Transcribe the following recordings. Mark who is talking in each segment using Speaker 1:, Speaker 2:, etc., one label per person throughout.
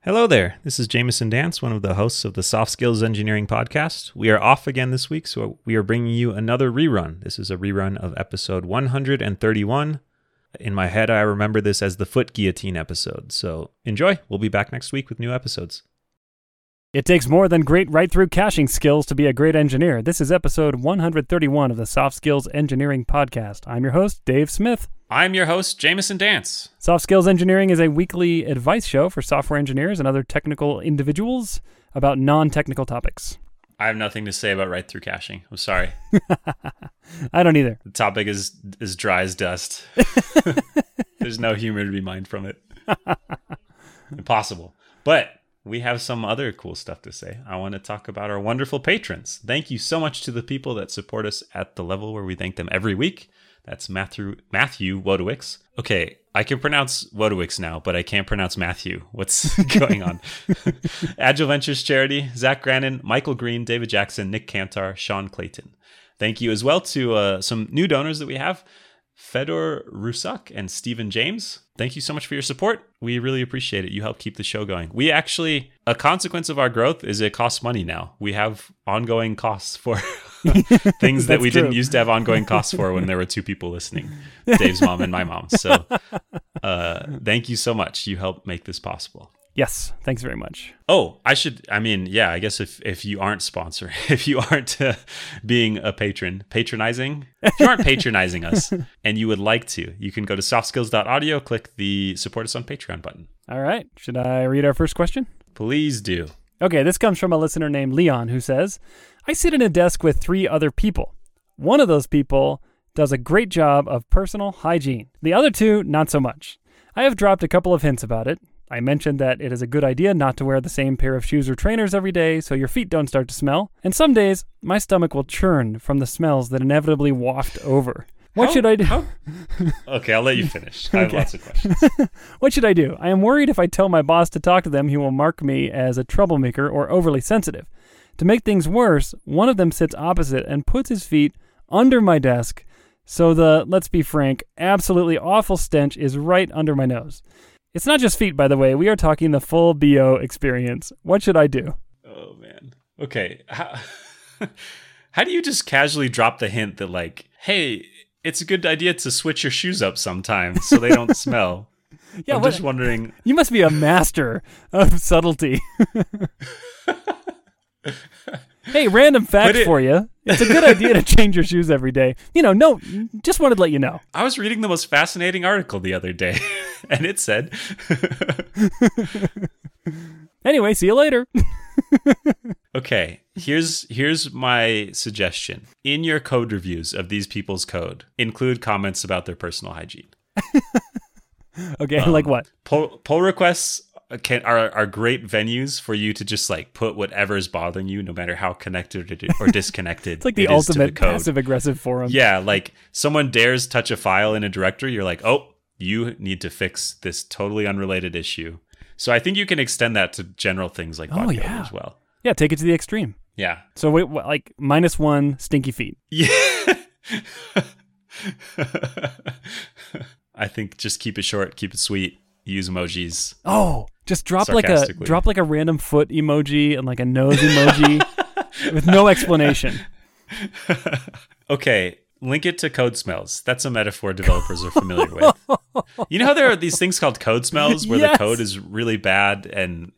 Speaker 1: Hello there. This is Jameson Dance, one of the hosts of the Soft Skills Engineering Podcast. We are off again this week, so we are bringing you another rerun. This is a rerun of episode 131. In my head, I remember this as the foot guillotine episode. So enjoy. We'll be back next week with new episodes.
Speaker 2: It takes more than great right through caching skills to be a great engineer. This is episode 131 of the Soft Skills Engineering Podcast. I'm your host, Dave Smith.
Speaker 1: I'm your host, Jameson Dance.
Speaker 2: Soft Skills Engineering is a weekly advice show for software engineers and other technical individuals about non technical topics.
Speaker 1: I have nothing to say about right through caching. I'm sorry.
Speaker 2: I don't either.
Speaker 1: The topic is as dry as dust. There's no humor to be mined from it. Impossible. But we have some other cool stuff to say. I want to talk about our wonderful patrons. Thank you so much to the people that support us at the level where we thank them every week. That's Matthew Matthew Wodowicz. Okay, I can pronounce Wodowicz now, but I can't pronounce Matthew. What's going on? Agile Ventures Charity, Zach Grannon, Michael Green, David Jackson, Nick Cantar, Sean Clayton. Thank you as well to uh, some new donors that we have. Fedor Rusak and Stephen James. Thank you so much for your support. We really appreciate it. You help keep the show going. We actually, a consequence of our growth is it costs money now. We have ongoing costs for things that
Speaker 2: That's
Speaker 1: we didn't
Speaker 2: true.
Speaker 1: used to have ongoing costs for when there were two people listening Dave's mom and my mom. So uh, thank you so much. You help make this possible.
Speaker 2: Yes, thanks very much.
Speaker 1: Oh, I should. I mean, yeah. I guess if if you aren't sponsoring, if you aren't uh, being a patron, patronizing, if you aren't patronizing us, and you would like to, you can go to softskills.audio, click the support us on Patreon button.
Speaker 2: All right, should I read our first question?
Speaker 1: Please do.
Speaker 2: Okay, this comes from a listener named Leon who says, I sit at a desk with three other people. One of those people does a great job of personal hygiene, the other two, not so much. I have dropped a couple of hints about it. I mentioned that it is a good idea not to wear the same pair of shoes or trainers every day so your feet don't start to smell. And some days, my stomach will churn from the smells that inevitably waft over. What
Speaker 1: How-
Speaker 2: should I do?
Speaker 1: how- Okay, I'll let you finish. I have
Speaker 2: Okay.
Speaker 1: lots of questions.
Speaker 2: What should I do? I am worried if I tell my boss to talk to them, he will mark me as a troublemaker or overly sensitive. To make things worse, one of them sits opposite and puts his feet under my desk, so the, let's be frank, absolutely awful stench is right under my nose. It's not just feet, by the way. We are talking the full BO experience. What should I do?
Speaker 1: Oh man. Okay. How, how do you just casually drop the hint that like, hey, it's a good idea to switch your shoes up sometimes so they don't smell?
Speaker 2: Yeah,
Speaker 1: I'm
Speaker 2: what-
Speaker 1: just wondering.
Speaker 2: You must be a master of subtlety. hey, random fact
Speaker 1: But it-
Speaker 2: for you. It's a good idea to change your shoes every day. You know, no, just wanted to let you know.
Speaker 1: I was reading the most fascinating article the other day, and it said,
Speaker 2: Anyway, see you later.
Speaker 1: "Okay, here's here's my suggestion. In your code reviews of these people's code, include comments about their personal hygiene.
Speaker 2: okay,
Speaker 1: Um,
Speaker 2: like what?
Speaker 1: Pull pull requests can are are great venues for you to just like put whatever's bothering you, no matter how connected or di- or disconnected.
Speaker 2: It's like the
Speaker 1: it is to
Speaker 2: ultimate
Speaker 1: code.
Speaker 2: passive aggressive forum.
Speaker 1: Yeah, like someone dares touch a file in a directory, you're like, oh, you need to fix this totally unrelated issue. So I think you can extend that to general things like body odor
Speaker 2: yeah.
Speaker 1: as well.
Speaker 2: Yeah, take it to the extreme.
Speaker 1: Yeah.
Speaker 2: So wait, wh- like minus one stinky feet.
Speaker 1: Yeah. I think just keep it short, keep it sweet, use emojis.
Speaker 2: Oh, just drop like a
Speaker 1: Sarcastically.
Speaker 2: drop like a random foot emoji and like a nose emoji with no explanation.
Speaker 1: Okay, link it to code smells. That's a metaphor developers are familiar with. You know how there are these things called code smells where
Speaker 2: Yes.
Speaker 1: the code is really bad and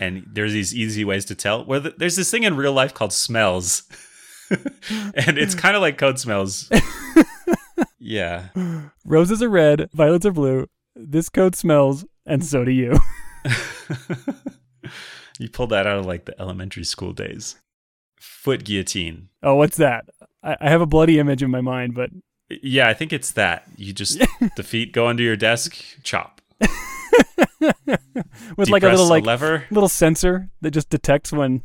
Speaker 1: and there's these easy ways to tell. Where the, there's this thing in real life called smells. and it's kind of like code smells. yeah.
Speaker 2: Roses are red, violets are blue. This coat smells, and so do you.
Speaker 1: You pulled that out of like the elementary school days. Foot guillotine.
Speaker 2: oh, what's that? I, I have a bloody image in my mind, but
Speaker 1: Yeah, I think it's that. You just the feet go under your desk, chop.
Speaker 2: with like a little
Speaker 1: Depress
Speaker 2: like
Speaker 1: lever.
Speaker 2: little sensor that just detects when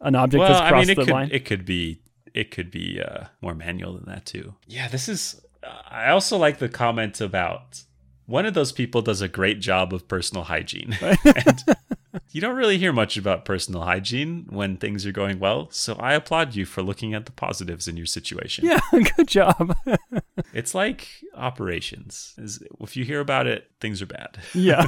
Speaker 2: an object has crossed
Speaker 1: it
Speaker 2: the
Speaker 1: could,
Speaker 2: line.
Speaker 1: It could be it could be uh, more manual than that too. Yeah, this is. uh, I also like the comment about one of those people does a great job of personal hygiene. And you don't really hear much about personal hygiene when things are going well, so I applaud you for looking at the positives in your situation.
Speaker 2: yeah, good job.
Speaker 1: It's like operations. Is- If you hear about it, things are bad.
Speaker 2: Yeah.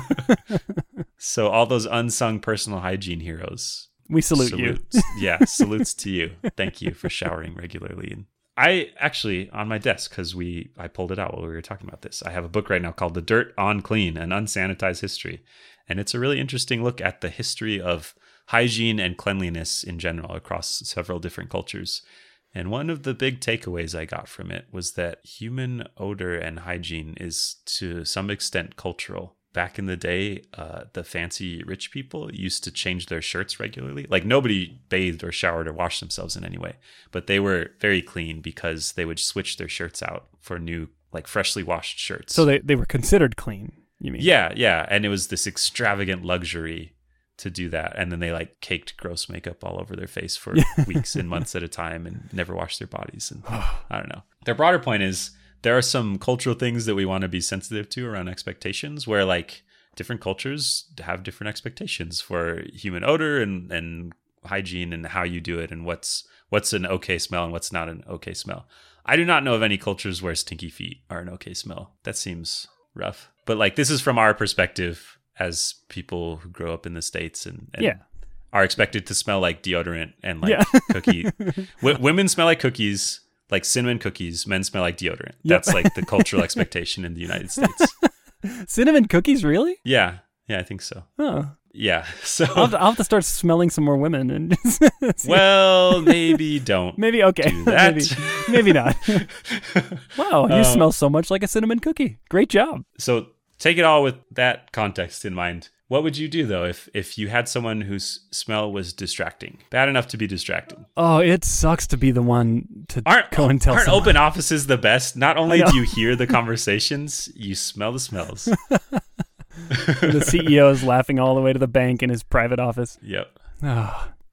Speaker 1: So all those unsung personal hygiene heroes.
Speaker 2: we salute, you.
Speaker 1: salutes. yeah, salutes to you. Thank you for showering regularly. And I actually on my desk because we I pulled it out while we were talking about this. I have a book right now called "The Dirt on Clean: An Unsanitized History," and it's a really interesting look at the history of hygiene and cleanliness in general across several different cultures. And one of the big takeaways I got from it was that human odor and hygiene is to some extent cultural. Back in the day, uh, the fancy rich people used to change their shirts regularly. Like nobody bathed or showered or washed themselves in any way, but they were very clean because they would switch their shirts out for new, like freshly washed shirts.
Speaker 2: So they, they were considered clean, you mean?
Speaker 1: Yeah, yeah. And it was this extravagant luxury to do that. And then they like caked gross makeup all over their face for weeks and months at a time and never washed their bodies. And I don't know. Their broader point is there are some cultural things that we want to be sensitive to around expectations where like different cultures have different expectations for human odor and, and hygiene and how you do it and what's what's an okay smell and what's not an okay smell. I do not know of any cultures where stinky feet are an okay smell. That seems rough. But like this is from our perspective as people who grow up in the states and, and
Speaker 2: Yeah.
Speaker 1: are expected to smell like deodorant and like
Speaker 2: Yeah.
Speaker 1: cookie. W- women smell like cookies, like cinnamon cookies. Men smell like deodorant.
Speaker 2: Yep.
Speaker 1: That's like the cultural expectation in the United States.
Speaker 2: Cinnamon cookies, really?
Speaker 1: Yeah, yeah, I think so.
Speaker 2: Huh.
Speaker 1: Yeah, so
Speaker 2: I'll, have to, I'll have to start smelling some more women and just see-
Speaker 1: well, maybe don't.
Speaker 2: maybe okay,
Speaker 1: do that. Uh,
Speaker 2: maybe maybe not. wow, you smell so much like a cinnamon cookie. Great job.
Speaker 1: so take it all with that context in mind. What would you do though if if you had someone whose smell was distracting, bad enough to be distracting?
Speaker 2: Oh, it sucks to be the one to
Speaker 1: Aren't
Speaker 2: go and tell
Speaker 1: aren't
Speaker 2: someone.
Speaker 1: open offices the best? Not only
Speaker 2: know.
Speaker 1: do you hear the conversations, you smell the smells.
Speaker 2: the CEO is laughing all the way to the bank in his private office.
Speaker 1: yep.
Speaker 2: Oh,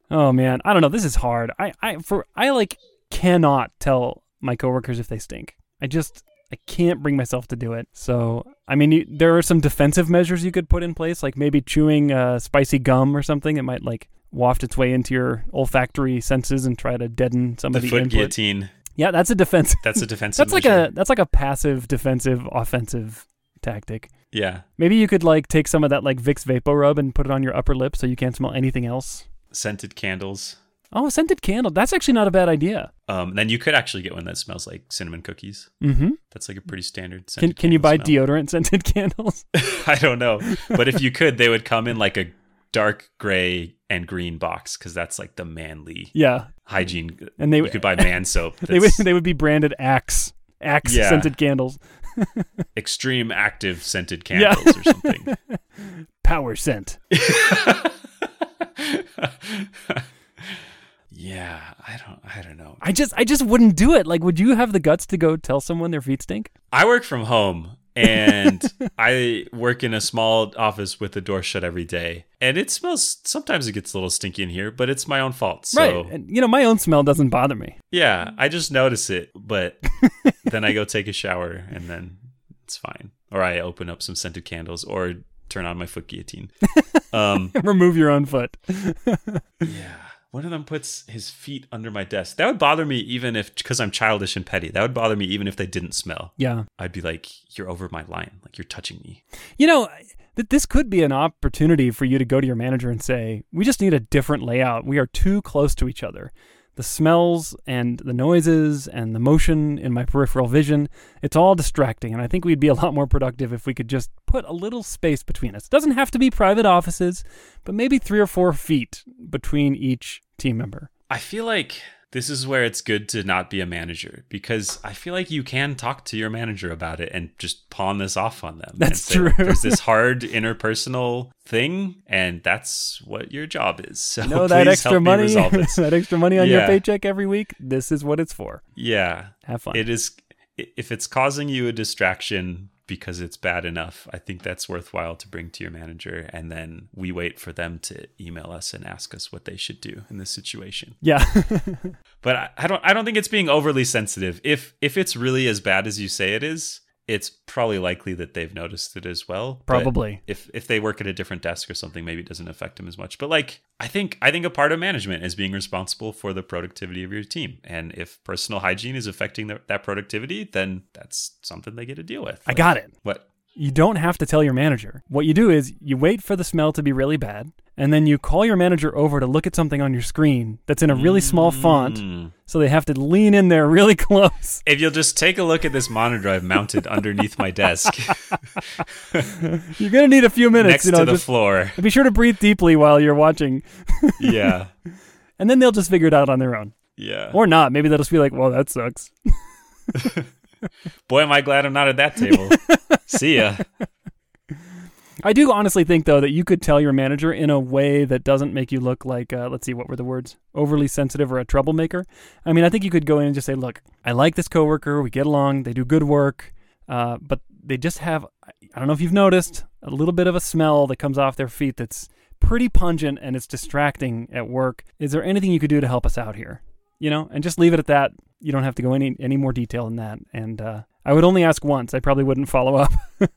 Speaker 2: oh man, I don't know. This is hard. I, I for I like cannot tell my coworkers if they stink. I just I can't bring myself to do it. So I mean, you, there are some defensive measures you could put in place, like maybe chewing uh, spicy gum or something. It might like waft its way into your olfactory senses and try to deaden some
Speaker 1: The
Speaker 2: of the
Speaker 1: foot
Speaker 2: input.
Speaker 1: guillotine.
Speaker 2: Yeah, that's a defense.
Speaker 1: That's a defensive.
Speaker 2: That's like
Speaker 1: measure.
Speaker 2: a that's like a passive defensive offensive tactic.
Speaker 1: yeah.
Speaker 2: Maybe you could like take some of that like Vicks Vapor Rub and put it on your upper lip so you can't smell anything else.
Speaker 1: Scented candles.
Speaker 2: Oh, a scented candle. That's actually not a bad idea.
Speaker 1: Um, then you could actually get one that smells like cinnamon cookies.
Speaker 2: Mm-hmm.
Speaker 1: That's like a pretty standard.
Speaker 2: Can
Speaker 1: scented
Speaker 2: can you buy
Speaker 1: candle
Speaker 2: deodorant scented candles?
Speaker 1: smell. I don't know, but if you could, they would come in like a dark gray and green box because that's like the manly
Speaker 2: yeah,
Speaker 1: hygiene.
Speaker 2: and they
Speaker 1: you could buy man soap. That's
Speaker 2: they would they would be branded Axe Axe
Speaker 1: Yeah.
Speaker 2: scented candles,
Speaker 1: extreme active scented
Speaker 2: Yeah.
Speaker 1: candles or something.
Speaker 2: power scent.
Speaker 1: yeah, I don't. I don't know.
Speaker 2: I just I just wouldn't do it. Like, would you have the guts to go tell someone their feet stink?
Speaker 1: I work from home and I work in a small office with the door shut every day. And it smells sometimes it gets a little stinky in here, but it's my own fault. So
Speaker 2: Right. And, you know, my own smell doesn't bother me.
Speaker 1: yeah, I just notice it, but then I go take a shower and then it's fine. Or I open up some scented candles or turn on my foot guillotine. Um
Speaker 2: Remove your own foot.
Speaker 1: yeah. One of them puts his feet under my desk. That would bother me even if because I'm childish and petty. That would bother me even if they didn't smell.
Speaker 2: Yeah.
Speaker 1: I'd be like, "You're over my line. Like you're touching me."
Speaker 2: You know, th- this could be an opportunity for you to go to your manager and say, "We just need a different layout. We are too close to each other. The smells and the noises and the motion in my peripheral vision, it's all distracting, and I think we'd be a lot more productive if we could just put a little space between us. doesn't have to be private offices, but maybe 3 or 4 feet between each team member."
Speaker 1: I feel like this is where it's good to not be a manager because I feel like you can talk to your manager about it and just pawn this off on them.
Speaker 2: That's
Speaker 1: and
Speaker 2: true.
Speaker 1: There's this hard interpersonal thing, and that's what your job is. So
Speaker 2: No,
Speaker 1: Oh, please
Speaker 2: that extra
Speaker 1: help
Speaker 2: money,
Speaker 1: me resolve this.
Speaker 2: that extra money on your
Speaker 1: Yeah.
Speaker 2: paycheck every week, this is what it's for.
Speaker 1: yeah,
Speaker 2: Have fun.
Speaker 1: it is. i- If it's causing you a distraction because it's bad enough, I think that's worthwhile to bring to your manager, and then we wait for them to email us and ask us what they should do in this situation.
Speaker 2: yeah.
Speaker 1: but I, I don't I don't think it's being overly sensitive. If if it's really as bad as you say it is, it's probably likely that they've noticed it as well. but
Speaker 2: Probably.
Speaker 1: If if they work at a different desk or something, maybe it doesn't affect them as much. But like I think I think a part of management is being responsible for the productivity of your team. And if personal hygiene is affecting the, that productivity, then that's something they get to deal with.
Speaker 2: I got it.
Speaker 1: What
Speaker 2: You don't have to tell your manager. What you do is you wait for the smell to be really bad, and then you call your manager over to look at something on your screen that's in a really small font,
Speaker 1: Mm.
Speaker 2: so they have to lean in there really close.
Speaker 1: If you'll just take a look at this monitor I've mounted underneath my desk
Speaker 2: You're gonna need a few minutes,
Speaker 1: next
Speaker 2: you know.
Speaker 1: to the
Speaker 2: just
Speaker 1: floor.
Speaker 2: be sure to breathe deeply while you're watching,
Speaker 1: Yeah.
Speaker 2: and then they'll just figure it out on their own,
Speaker 1: Yeah.
Speaker 2: or not. Maybe they'll just be like, "Well, that sucks."
Speaker 1: Boy, am I glad I'm not at that table. See ya.
Speaker 2: I do honestly think though that you could tell your manager in a way that doesn't make you look like uh, let's see what were the words overly sensitive or a troublemaker. I mean, I think you could go in and just say, "Look, I like this coworker. We get along. They do good work, uh, but they just have I don't know if you've noticed a little bit of a smell that comes off their feet that's pretty pungent and it's distracting at work. Is there anything you could do to help us out here? You know, and just leave it at that. You don't have to go any any more detail than that. And uh, I would only ask once. I probably wouldn't follow up.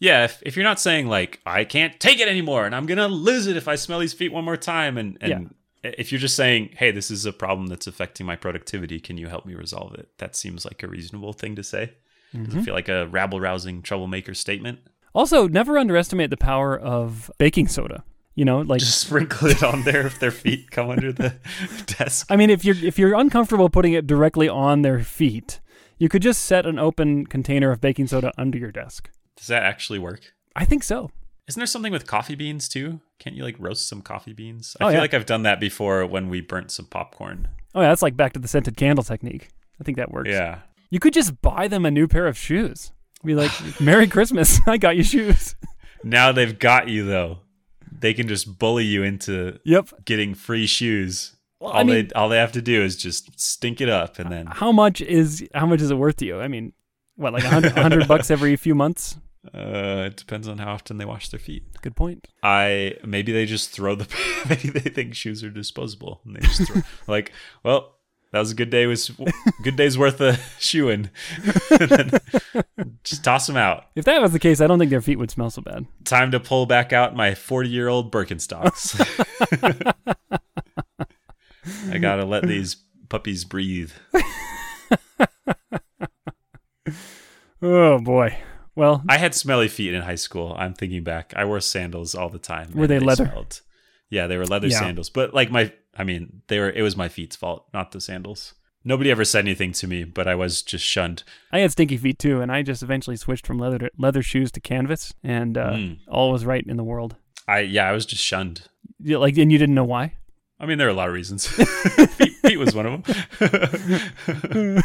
Speaker 1: Yeah, if, if you're not saying like I can't take it anymore and I'm gonna lose it if I smell these feet one more time, and and if you're just saying hey, this is a problem that's affecting my productivity, can you help me resolve it? That seems like a reasonable thing to say. Doesn't feel like a rabble rousing troublemaker statement.
Speaker 2: Also, never underestimate the power of baking soda. You know, like
Speaker 1: Just sprinkle it on there if their feet come under the desk.
Speaker 2: I mean, if you're if you're uncomfortable putting it directly on their feet, you could just set an open container of baking soda under your desk.
Speaker 1: Does that actually work?
Speaker 2: I think so.
Speaker 1: Isn't there something with coffee beans too? Can't you like roast some coffee beans? I
Speaker 2: Oh,
Speaker 1: feel
Speaker 2: yeah.
Speaker 1: like I've done that before when we burnt some popcorn.
Speaker 2: Oh, yeah, that's like back to the scented candle technique. I think that works.
Speaker 1: Yeah.
Speaker 2: You could just buy them a new pair of shoes. Be like, "Merry Christmas! I got you shoes."
Speaker 1: Now they've got you though. They can just bully you into
Speaker 2: Yep.
Speaker 1: getting free shoes.
Speaker 2: Well,
Speaker 1: all
Speaker 2: I mean-
Speaker 1: they all they have to do is just stink it up, and then
Speaker 2: How much is how much is it worth to you? I mean, what like a hundred a hundred bucks every few months?
Speaker 1: uh, it depends on how often they wash their feet.
Speaker 2: Good point.
Speaker 1: I maybe they just throw the maybe they think shoes are disposable, and they just throw, like, well, that was a good day was good day's worth of shoeing. And then just toss them out.
Speaker 2: If that was the case, I don't think their feet would smell so bad.
Speaker 1: Time to pull back out my forty year old Birkenstocks. I gotta let these puppies breathe.
Speaker 2: Oh boy. Well,
Speaker 1: I had smelly feet in high school. I'm thinking back. I wore sandals all the time.
Speaker 2: Were
Speaker 1: and
Speaker 2: they leather?
Speaker 1: smelled. Yeah, they were leather
Speaker 2: Yeah.
Speaker 1: sandals. But like my, I mean, they were. It was my feet's fault, not the sandals. Nobody ever said anything to me, but I was just shunned.
Speaker 2: I had stinky feet too, and I just eventually switched from leather to, leather shoes to canvas, and uh,
Speaker 1: Mm.
Speaker 2: all was right in the world.
Speaker 1: I yeah, I was just shunned.
Speaker 2: You, like, and you didn't know why.
Speaker 1: I mean, there are a lot of reasons. feet, feet was one of them.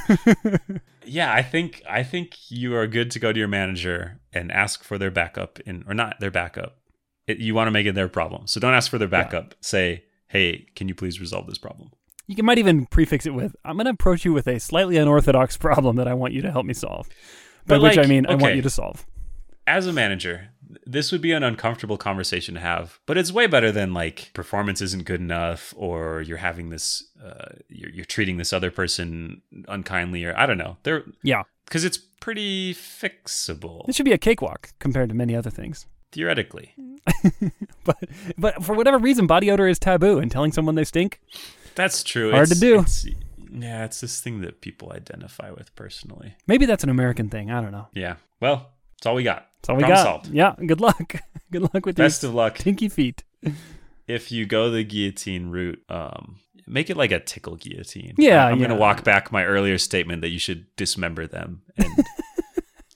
Speaker 1: yeah, I think I think you are good to go to your manager and ask for their backup in or not their backup. It, you want to make it their problem, so don't ask for their backup. Say, hey, can you please resolve this problem?
Speaker 2: You can, might even prefix it with, "I'm going to approach you with a slightly unorthodox problem that I want you to help me solve," by
Speaker 1: But,
Speaker 2: which
Speaker 1: like,
Speaker 2: I mean I want
Speaker 1: okay.
Speaker 2: you to solve.
Speaker 1: as a manager, th- this would be an uncomfortable conversation to have, but it's way better than like performance isn't good enough or you're having this, uh, you're, you're treating this other person unkindly or I don't know. They're
Speaker 2: Yeah,
Speaker 1: because it's pretty fixable
Speaker 2: this should be a cakewalk compared to many other things.
Speaker 1: theoretically.
Speaker 2: But but for whatever reason, body odor is taboo, and telling someone they stink.
Speaker 1: That's true.
Speaker 2: Hard to do.
Speaker 1: it's- yeah, it's this thing that people identify with personally.
Speaker 2: Maybe that's an American thing. I don't know.
Speaker 1: Yeah. Well, that's all we got.
Speaker 2: That's all we
Speaker 1: Problem
Speaker 2: got.
Speaker 1: solved.
Speaker 2: Yeah. Good luck. good luck with
Speaker 1: Best
Speaker 2: your
Speaker 1: of luck.
Speaker 2: stinky feet.
Speaker 1: if you go the guillotine route, um, make it like a tickle guillotine.
Speaker 2: Yeah,
Speaker 1: I- I'm gonna
Speaker 2: yeah.
Speaker 1: walk back my earlier statement that you should dismember them and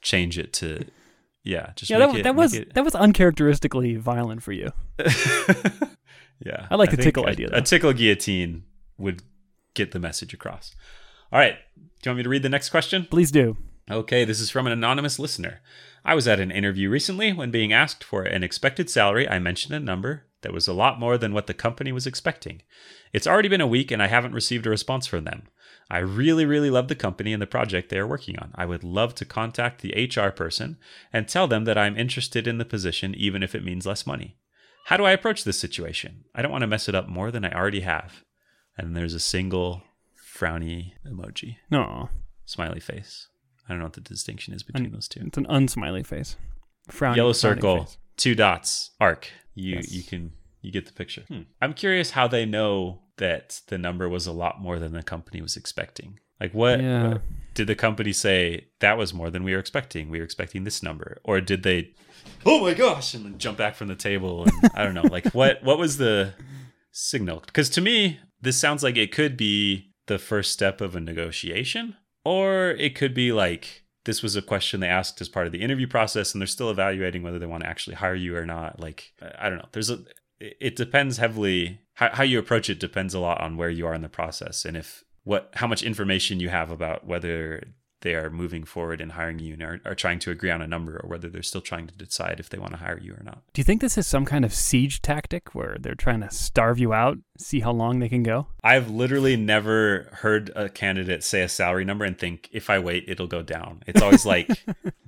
Speaker 1: change it to, yeah, just
Speaker 2: Yeah,
Speaker 1: make
Speaker 2: that,
Speaker 1: it-
Speaker 2: that
Speaker 1: make
Speaker 2: was
Speaker 1: it-
Speaker 2: that was uncharacteristically violent for you.
Speaker 1: yeah.
Speaker 2: I like the
Speaker 1: think
Speaker 2: tickle
Speaker 1: a-
Speaker 2: idea, though.
Speaker 1: A tickle guillotine would get the message across. All right, do you want me to read the next question?
Speaker 2: Please do.
Speaker 1: Okay, this is from an anonymous listener. I was at an interview recently when being asked for an expected salary, I mentioned a number that was a lot more than what the company was expecting. It's already been a week and I haven't received a response from them. I really, really love the company and the project they are working on. I would love to contact the HR person and tell them that I'm interested in the position, even if it means less money. How do I approach this situation? I don't want to mess it up more than I already have. And there's a single frowny emoji,
Speaker 2: No.
Speaker 1: smiley face. I don't know what the distinction is between those two.
Speaker 2: It's an unsmiley face. Frowning,
Speaker 1: Yellow
Speaker 2: frowning
Speaker 1: circle,
Speaker 2: face.
Speaker 1: two dots, arc. You
Speaker 2: Yes.
Speaker 1: you can you get the picture. Hmm. I'm curious how they know that the number was a lot more than the company was expecting. Like what,
Speaker 2: Yeah.
Speaker 1: what- did the company say that was more than we were expecting? We were expecting this number, or did they? Oh my gosh! And then jump back from the table. And I don't know. Like what what was the signal? Because to me, this sounds like it could be the first step of a negotiation, or it could be like this was a question they asked as part of the interview process, and they're still evaluating whether they want to actually hire you or not. Like I- I don't know. There's a it it depends heavily how, how you approach it depends a lot on where you are in the process and if what how much information you have about whether they are moving forward and hiring you and are, are trying to agree on a number or whether they're still trying to decide if they want to hire you or not
Speaker 2: Do you think this is some kind of siege tactic where they're trying to starve you out, see how long they can go?
Speaker 1: I've literally never heard a candidate say a salary number and think if I wait, it'll go down. It's always like,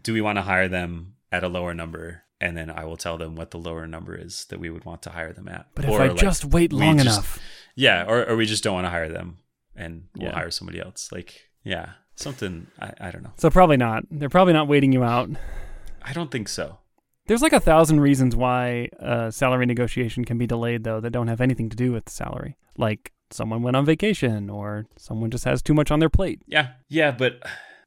Speaker 1: do we want to hire them at a lower number? And then I will tell them what the lower number is that we would want to hire them at.
Speaker 2: But if I just wait
Speaker 1: we
Speaker 2: long
Speaker 1: just-
Speaker 2: enough.
Speaker 1: yeah, or, or we just don't want to hire them and we'll
Speaker 2: Yeah.
Speaker 1: hire somebody else. Like, yeah, something, I, I don't know.
Speaker 2: So probably not. They're probably not waiting you out.
Speaker 1: I don't think so.
Speaker 2: There's like a thousand reasons why uh, salary negotiation can be delayed, though, that don't have anything to do with salary. Like someone went on vacation or someone just has too much on their plate.
Speaker 1: Yeah. Yeah. But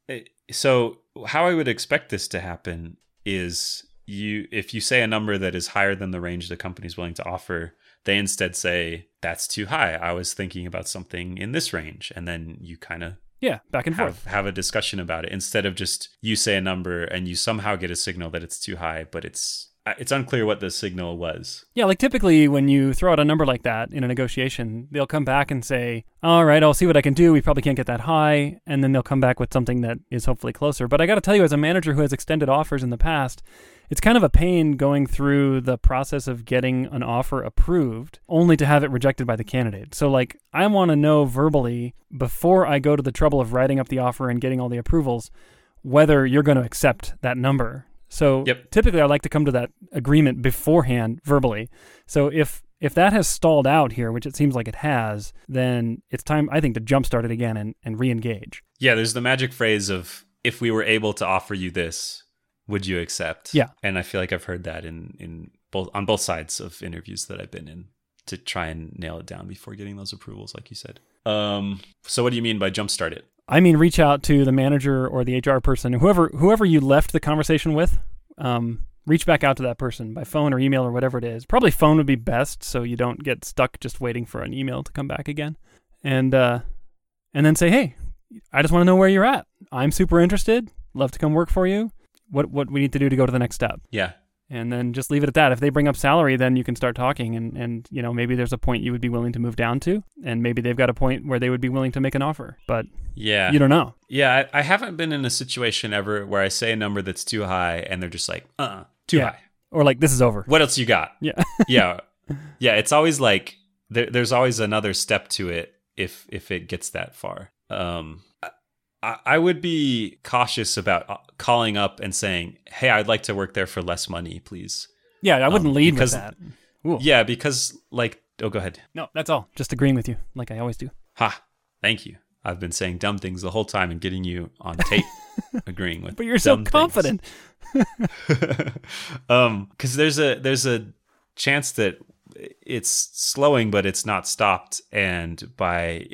Speaker 1: it, so, how I would expect this to happen is you, if you say a number that is higher than the range the company's willing to offer, they instead say, that's too high. I was thinking about something in this range. And then you kind of
Speaker 2: Yeah, back and
Speaker 1: have,
Speaker 2: forth.
Speaker 1: have a discussion about it instead of just you say a number and you somehow get a signal that it's too high, but it's, uh, it's unclear what the signal was.
Speaker 2: Yeah, like typically when you throw out a number like that in a negotiation, they'll come back and say, All right, I'll see what I can do. We probably can't get that high. And then they'll come back with something that is hopefully closer. But I got to tell you, as a manager who has extended offers in the past, it's kind of a pain going through the process of getting an offer approved only to have it rejected by the candidate. So, like, I want to know verbally before I go to the trouble of writing up the offer and getting all the approvals whether you're going to accept that number. So
Speaker 1: Yep.
Speaker 2: typically I like to come to that agreement beforehand verbally. So if if that has stalled out here, which it seems like it has, then it's time I think to jumpstart it again and, and re-engage.
Speaker 1: Yeah, there's the magic phrase of if we were able to offer you this, would you accept?
Speaker 2: Yeah.
Speaker 1: And I feel like I've heard that in in both on both sides of interviews that I've been in to try and nail it down before getting those approvals like you said. Um so what do you mean by jumpstart it?
Speaker 2: I mean reach out to the manager or the HR person, whoever whoever you left the conversation with, um, reach back out to that person by phone or email or whatever it is. Probably phone would be best so you don't get stuck just waiting for an email to come back again. And uh and then say, "Hey, I just want to know where you're at. I'm super interested. Love to come work for you. What what we need to do to go to the next step?"
Speaker 1: Yeah.
Speaker 2: And then just leave it at that. If they bring up salary, then you can start talking and and you know, maybe there's a point you would be willing to move down to and maybe they've got a point where they would be willing to make an offer. But
Speaker 1: Yeah.
Speaker 2: you don't know.
Speaker 1: yeah, I, I haven't been in a situation ever where I say a number that's too high and they're just like, uh uh too
Speaker 2: Yeah.
Speaker 1: high.
Speaker 2: or like this is over.
Speaker 1: What else you got?
Speaker 2: Yeah.
Speaker 1: yeah yeah it's always like there, there's always another step to it if if it gets that far um I, I would be cautious about uh, calling up and saying hey i'd like to work there for less money please
Speaker 2: yeah, I wouldn't
Speaker 1: Um,
Speaker 2: lead
Speaker 1: because-
Speaker 2: with that. Ooh.
Speaker 1: yeah because like oh go ahead
Speaker 2: No, that's all. Just agreeing with you, like I always do.
Speaker 1: ha thank you i've been saying dumb things the whole time and getting you on tape agreeing with
Speaker 2: But you're so
Speaker 1: dumb things.
Speaker 2: confident.
Speaker 1: um because there's a there's a chance that it's slowing but it's not stopped and by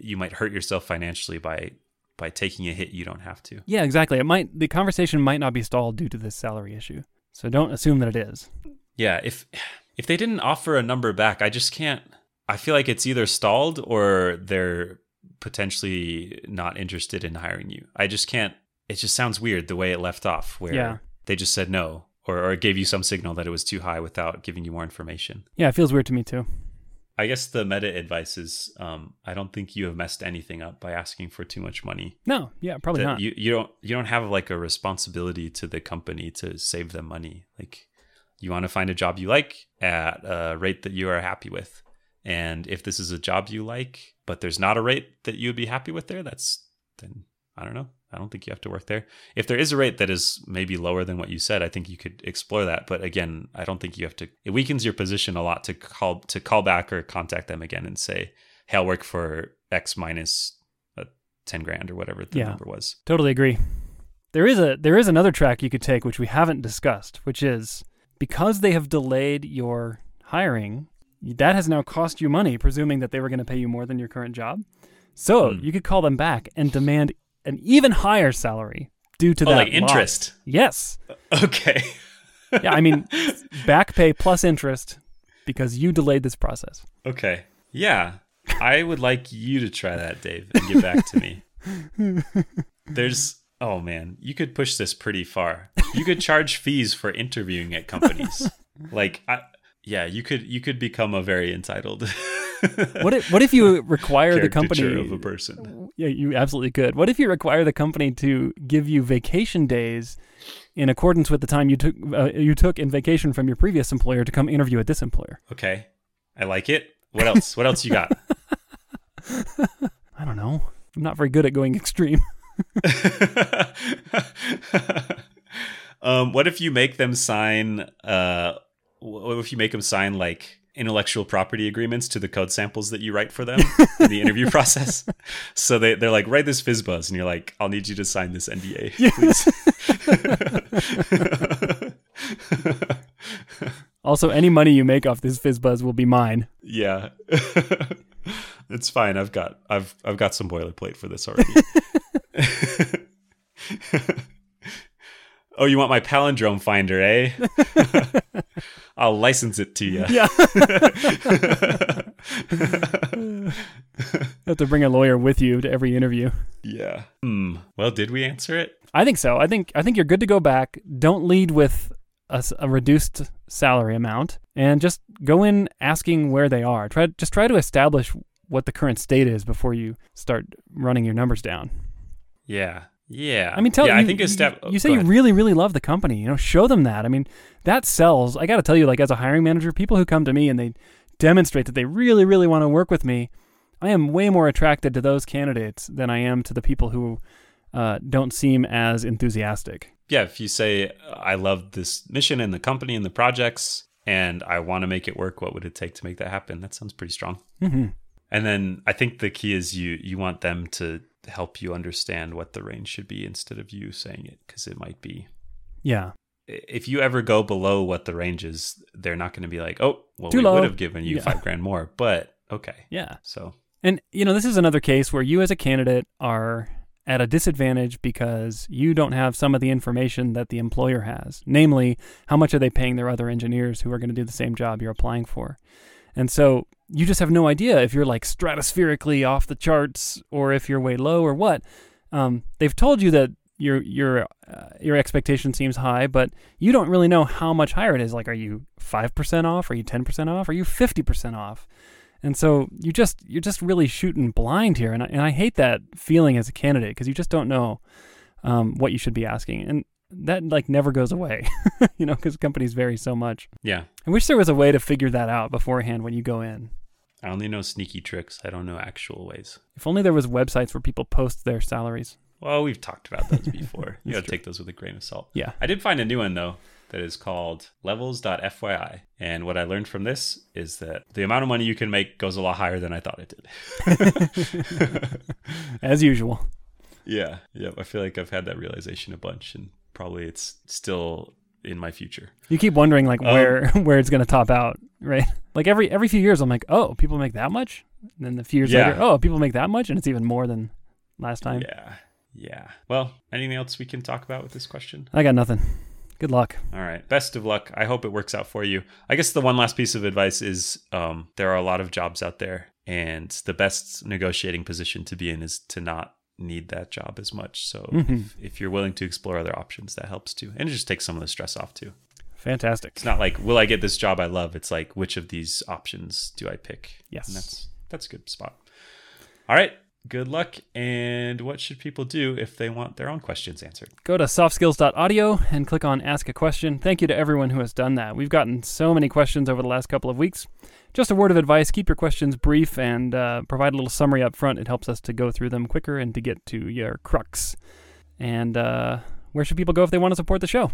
Speaker 1: you might hurt yourself financially by by taking a hit you don't have to
Speaker 2: Yeah, exactly. It might the conversation might not be stalled due to this salary issue. So don't assume that it is.
Speaker 1: yeah if if they didn't offer a number back i just can't i feel like it's either stalled or they're potentially not interested in hiring you i just can't it just sounds weird the way it left off where
Speaker 2: Yeah.
Speaker 1: they just said no or, or gave you some signal that it was too high without giving you more information
Speaker 2: Yeah, it feels weird to me too.
Speaker 1: I guess the meta advice is um, I don't think you have messed anything up by asking for too much money.
Speaker 2: No, yeah, probably
Speaker 1: That
Speaker 2: not.
Speaker 1: You you don't you don't have like a responsibility to the company to save them money. Like you want to find a job you like at a rate that you are happy with. And if this is a job you like, but there's not a rate that you would be happy with there, that's then I don't know. I don't think you have to work there. If there is a rate that is maybe lower than what you said, I think you could explore that. But again, I don't think you have to. It weakens your position a lot to call to call back or contact them again and say, "Hey, I'll work for X minus uh, ten grand or whatever the
Speaker 2: Yeah.
Speaker 1: number was."
Speaker 2: totally agree. There is a there is another track you could take which we haven't discussed, which is because they have delayed your hiring, that has now cost you money, presuming that they were going to pay you more than your current job. So
Speaker 1: Hmm.
Speaker 2: you could call them back and demand an even higher salary due to
Speaker 1: Oh,
Speaker 2: that
Speaker 1: like
Speaker 2: loss.
Speaker 1: interest.
Speaker 2: Yes.
Speaker 1: Okay.
Speaker 2: Yeah, I mean back pay plus interest because you delayed this process.
Speaker 1: Okay. Yeah. I would like you to try that, Dave, and get back to me. There's, oh man, you could push this pretty far. You could charge fees for interviewing at companies. Like, I, yeah, you could you could become a very entitled
Speaker 2: What if what if you require the
Speaker 1: caricature
Speaker 2: company
Speaker 1: of a person.
Speaker 2: Yeah, you absolutely could. What if you require the company to give you vacation days in accordance with the time you took uh, you took in vacation from your previous employer to come interview at this employer?
Speaker 1: Okay, I like it. What else? What else you got?
Speaker 2: I don't know. I'm not very good at going extreme.
Speaker 1: um, what if you make them sign? Uh, what if you make them sign like intellectual property agreements to the code samples that you write for them in the interview process? So they they're like, write this fizzbuzz, and you're like, I'll need you to sign this NDA, please.
Speaker 2: Also, any money you make off this fizzbuzz will be mine.
Speaker 1: yeah, it's fine. I've got I've I've got some boilerplate for this already. Oh, you want my palindrome finder, eh? I'll license it to you.
Speaker 2: Yeah. You have to bring a lawyer with you to every interview.
Speaker 1: Yeah. Hmm. Well, did we answer it?
Speaker 2: I think so. I think I think you're good to go back. Don't lead with a, s- a reduced salary amount, and just go in asking where they are. Try just try to establish what the current state is before you start running your numbers down.
Speaker 1: Yeah. Yeah.
Speaker 2: I mean, tell
Speaker 1: yeah,
Speaker 2: you,
Speaker 1: I think
Speaker 2: you,
Speaker 1: a step. oh,
Speaker 2: you say
Speaker 1: go
Speaker 2: you
Speaker 1: ahead.
Speaker 2: really, really love the company. You know, show them that. I mean, that sells. I got to tell you, like as a hiring manager, people who come to me and they demonstrate that they really, really want to work with me, I am way more attracted to those candidates than I am to the people who uh, don't seem as enthusiastic.
Speaker 1: yeah. If you say I love this mission and the company and the projects, and I want to make it work, what would it take to make that happen? That sounds pretty strong.
Speaker 2: hmm
Speaker 1: And then I think the key is you you want them to help you understand what the range should be instead of you saying it because it might be
Speaker 2: Yeah.
Speaker 1: if you ever go below what the range is, they're not going to be like, oh, well,
Speaker 2: Too
Speaker 1: we
Speaker 2: low.
Speaker 1: would have given you
Speaker 2: Yeah.
Speaker 1: five grand more, but okay.
Speaker 2: Yeah.
Speaker 1: So,
Speaker 2: And, you know, this is another case where you as a candidate are at a disadvantage because you don't have some of the information that the employer has. Namely, how much are they paying their other engineers who are going to do the same job you're applying for? And so you just have no idea if you're like stratospherically off the charts or if you're way low or what. Um, they've told you that your your uh, your expectation seems high, but you don't really know how much higher it is. Like, are you five percent off? Are you ten percent off? Are you fifty percent off? And so you just you're just really shooting blind here, and I, and I hate that feeling as a candidate because you just don't know um, what you should be asking, and that like never goes away, you know, because companies vary so much.
Speaker 1: yeah,
Speaker 2: I wish there was a way to figure that out beforehand when you go in.
Speaker 1: I only know sneaky tricks. I don't know actual ways.
Speaker 2: If only there was websites where people post their salaries.
Speaker 1: Well, we've talked about those before. you
Speaker 2: That's
Speaker 1: got to
Speaker 2: true.
Speaker 1: take those with a grain of salt.
Speaker 2: Yeah.
Speaker 1: I did find a new one, though, that is called levels.fyi. And what I learned from this is that the amount of money you can make goes a lot higher than I thought it did.
Speaker 2: As usual.
Speaker 1: Yeah. Yeah. I feel like I've had that realization a bunch, and probably it's still in my future.
Speaker 2: You keep wondering like
Speaker 1: Um,
Speaker 2: where where it's gonna top out, right? Like every every few years I'm like, oh, people make that much? And then a few years
Speaker 1: Yeah.
Speaker 2: later, oh, people make that much and it's even more than last time.
Speaker 1: Yeah. Yeah. Well, anything else we can talk about with this question?
Speaker 2: I got nothing. Good luck.
Speaker 1: All right. Best of luck. I hope it works out for you. I guess the one last piece of advice is um, there are a lot of jobs out there, and the best negotiating position to be in is to not need that job as much. So
Speaker 2: Mhm.
Speaker 1: if, if you're willing to explore other options, that helps too. And it just takes some of the stress off too.
Speaker 2: Fantastic.
Speaker 1: It's not like, will I get this job I love? It's like, which of these options do I pick?
Speaker 2: Yes.
Speaker 1: And that's, that's a good spot. All right. Good luck. And what should people do if they want their own questions answered?
Speaker 2: Go to softskills.audio and click on Ask a Question. Thank you to everyone who has done that. We've gotten so many questions over the last couple of weeks. Just a word of advice keep your questions brief and uh, provide a little summary up front. It helps us to go through them quicker and to get to your crux. And uh, where should people go if they want to support the show?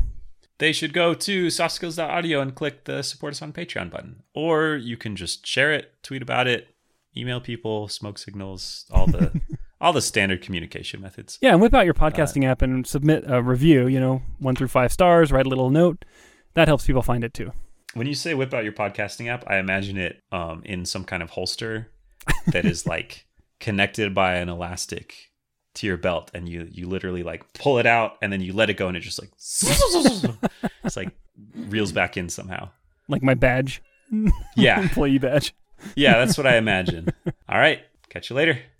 Speaker 1: they should go to softskills.audio and click the support us on Patreon button. Or you can just share it, tweet about it, email people, smoke signals, all the all the standard communication methods.
Speaker 2: Yeah, and whip out your podcasting app and submit a review, you know, one through five stars, write a little note. That helps people find it too.
Speaker 1: When you say whip out your podcasting app, I imagine it um, in some kind of holster that is like connected by an elastic to your belt, and you you literally like pull it out, and then you let it go, and it just like it's like reels back in somehow.
Speaker 2: Like my badge,
Speaker 1: Yeah,
Speaker 2: employee badge.
Speaker 1: yeah, that's what I imagine. All right, catch you later.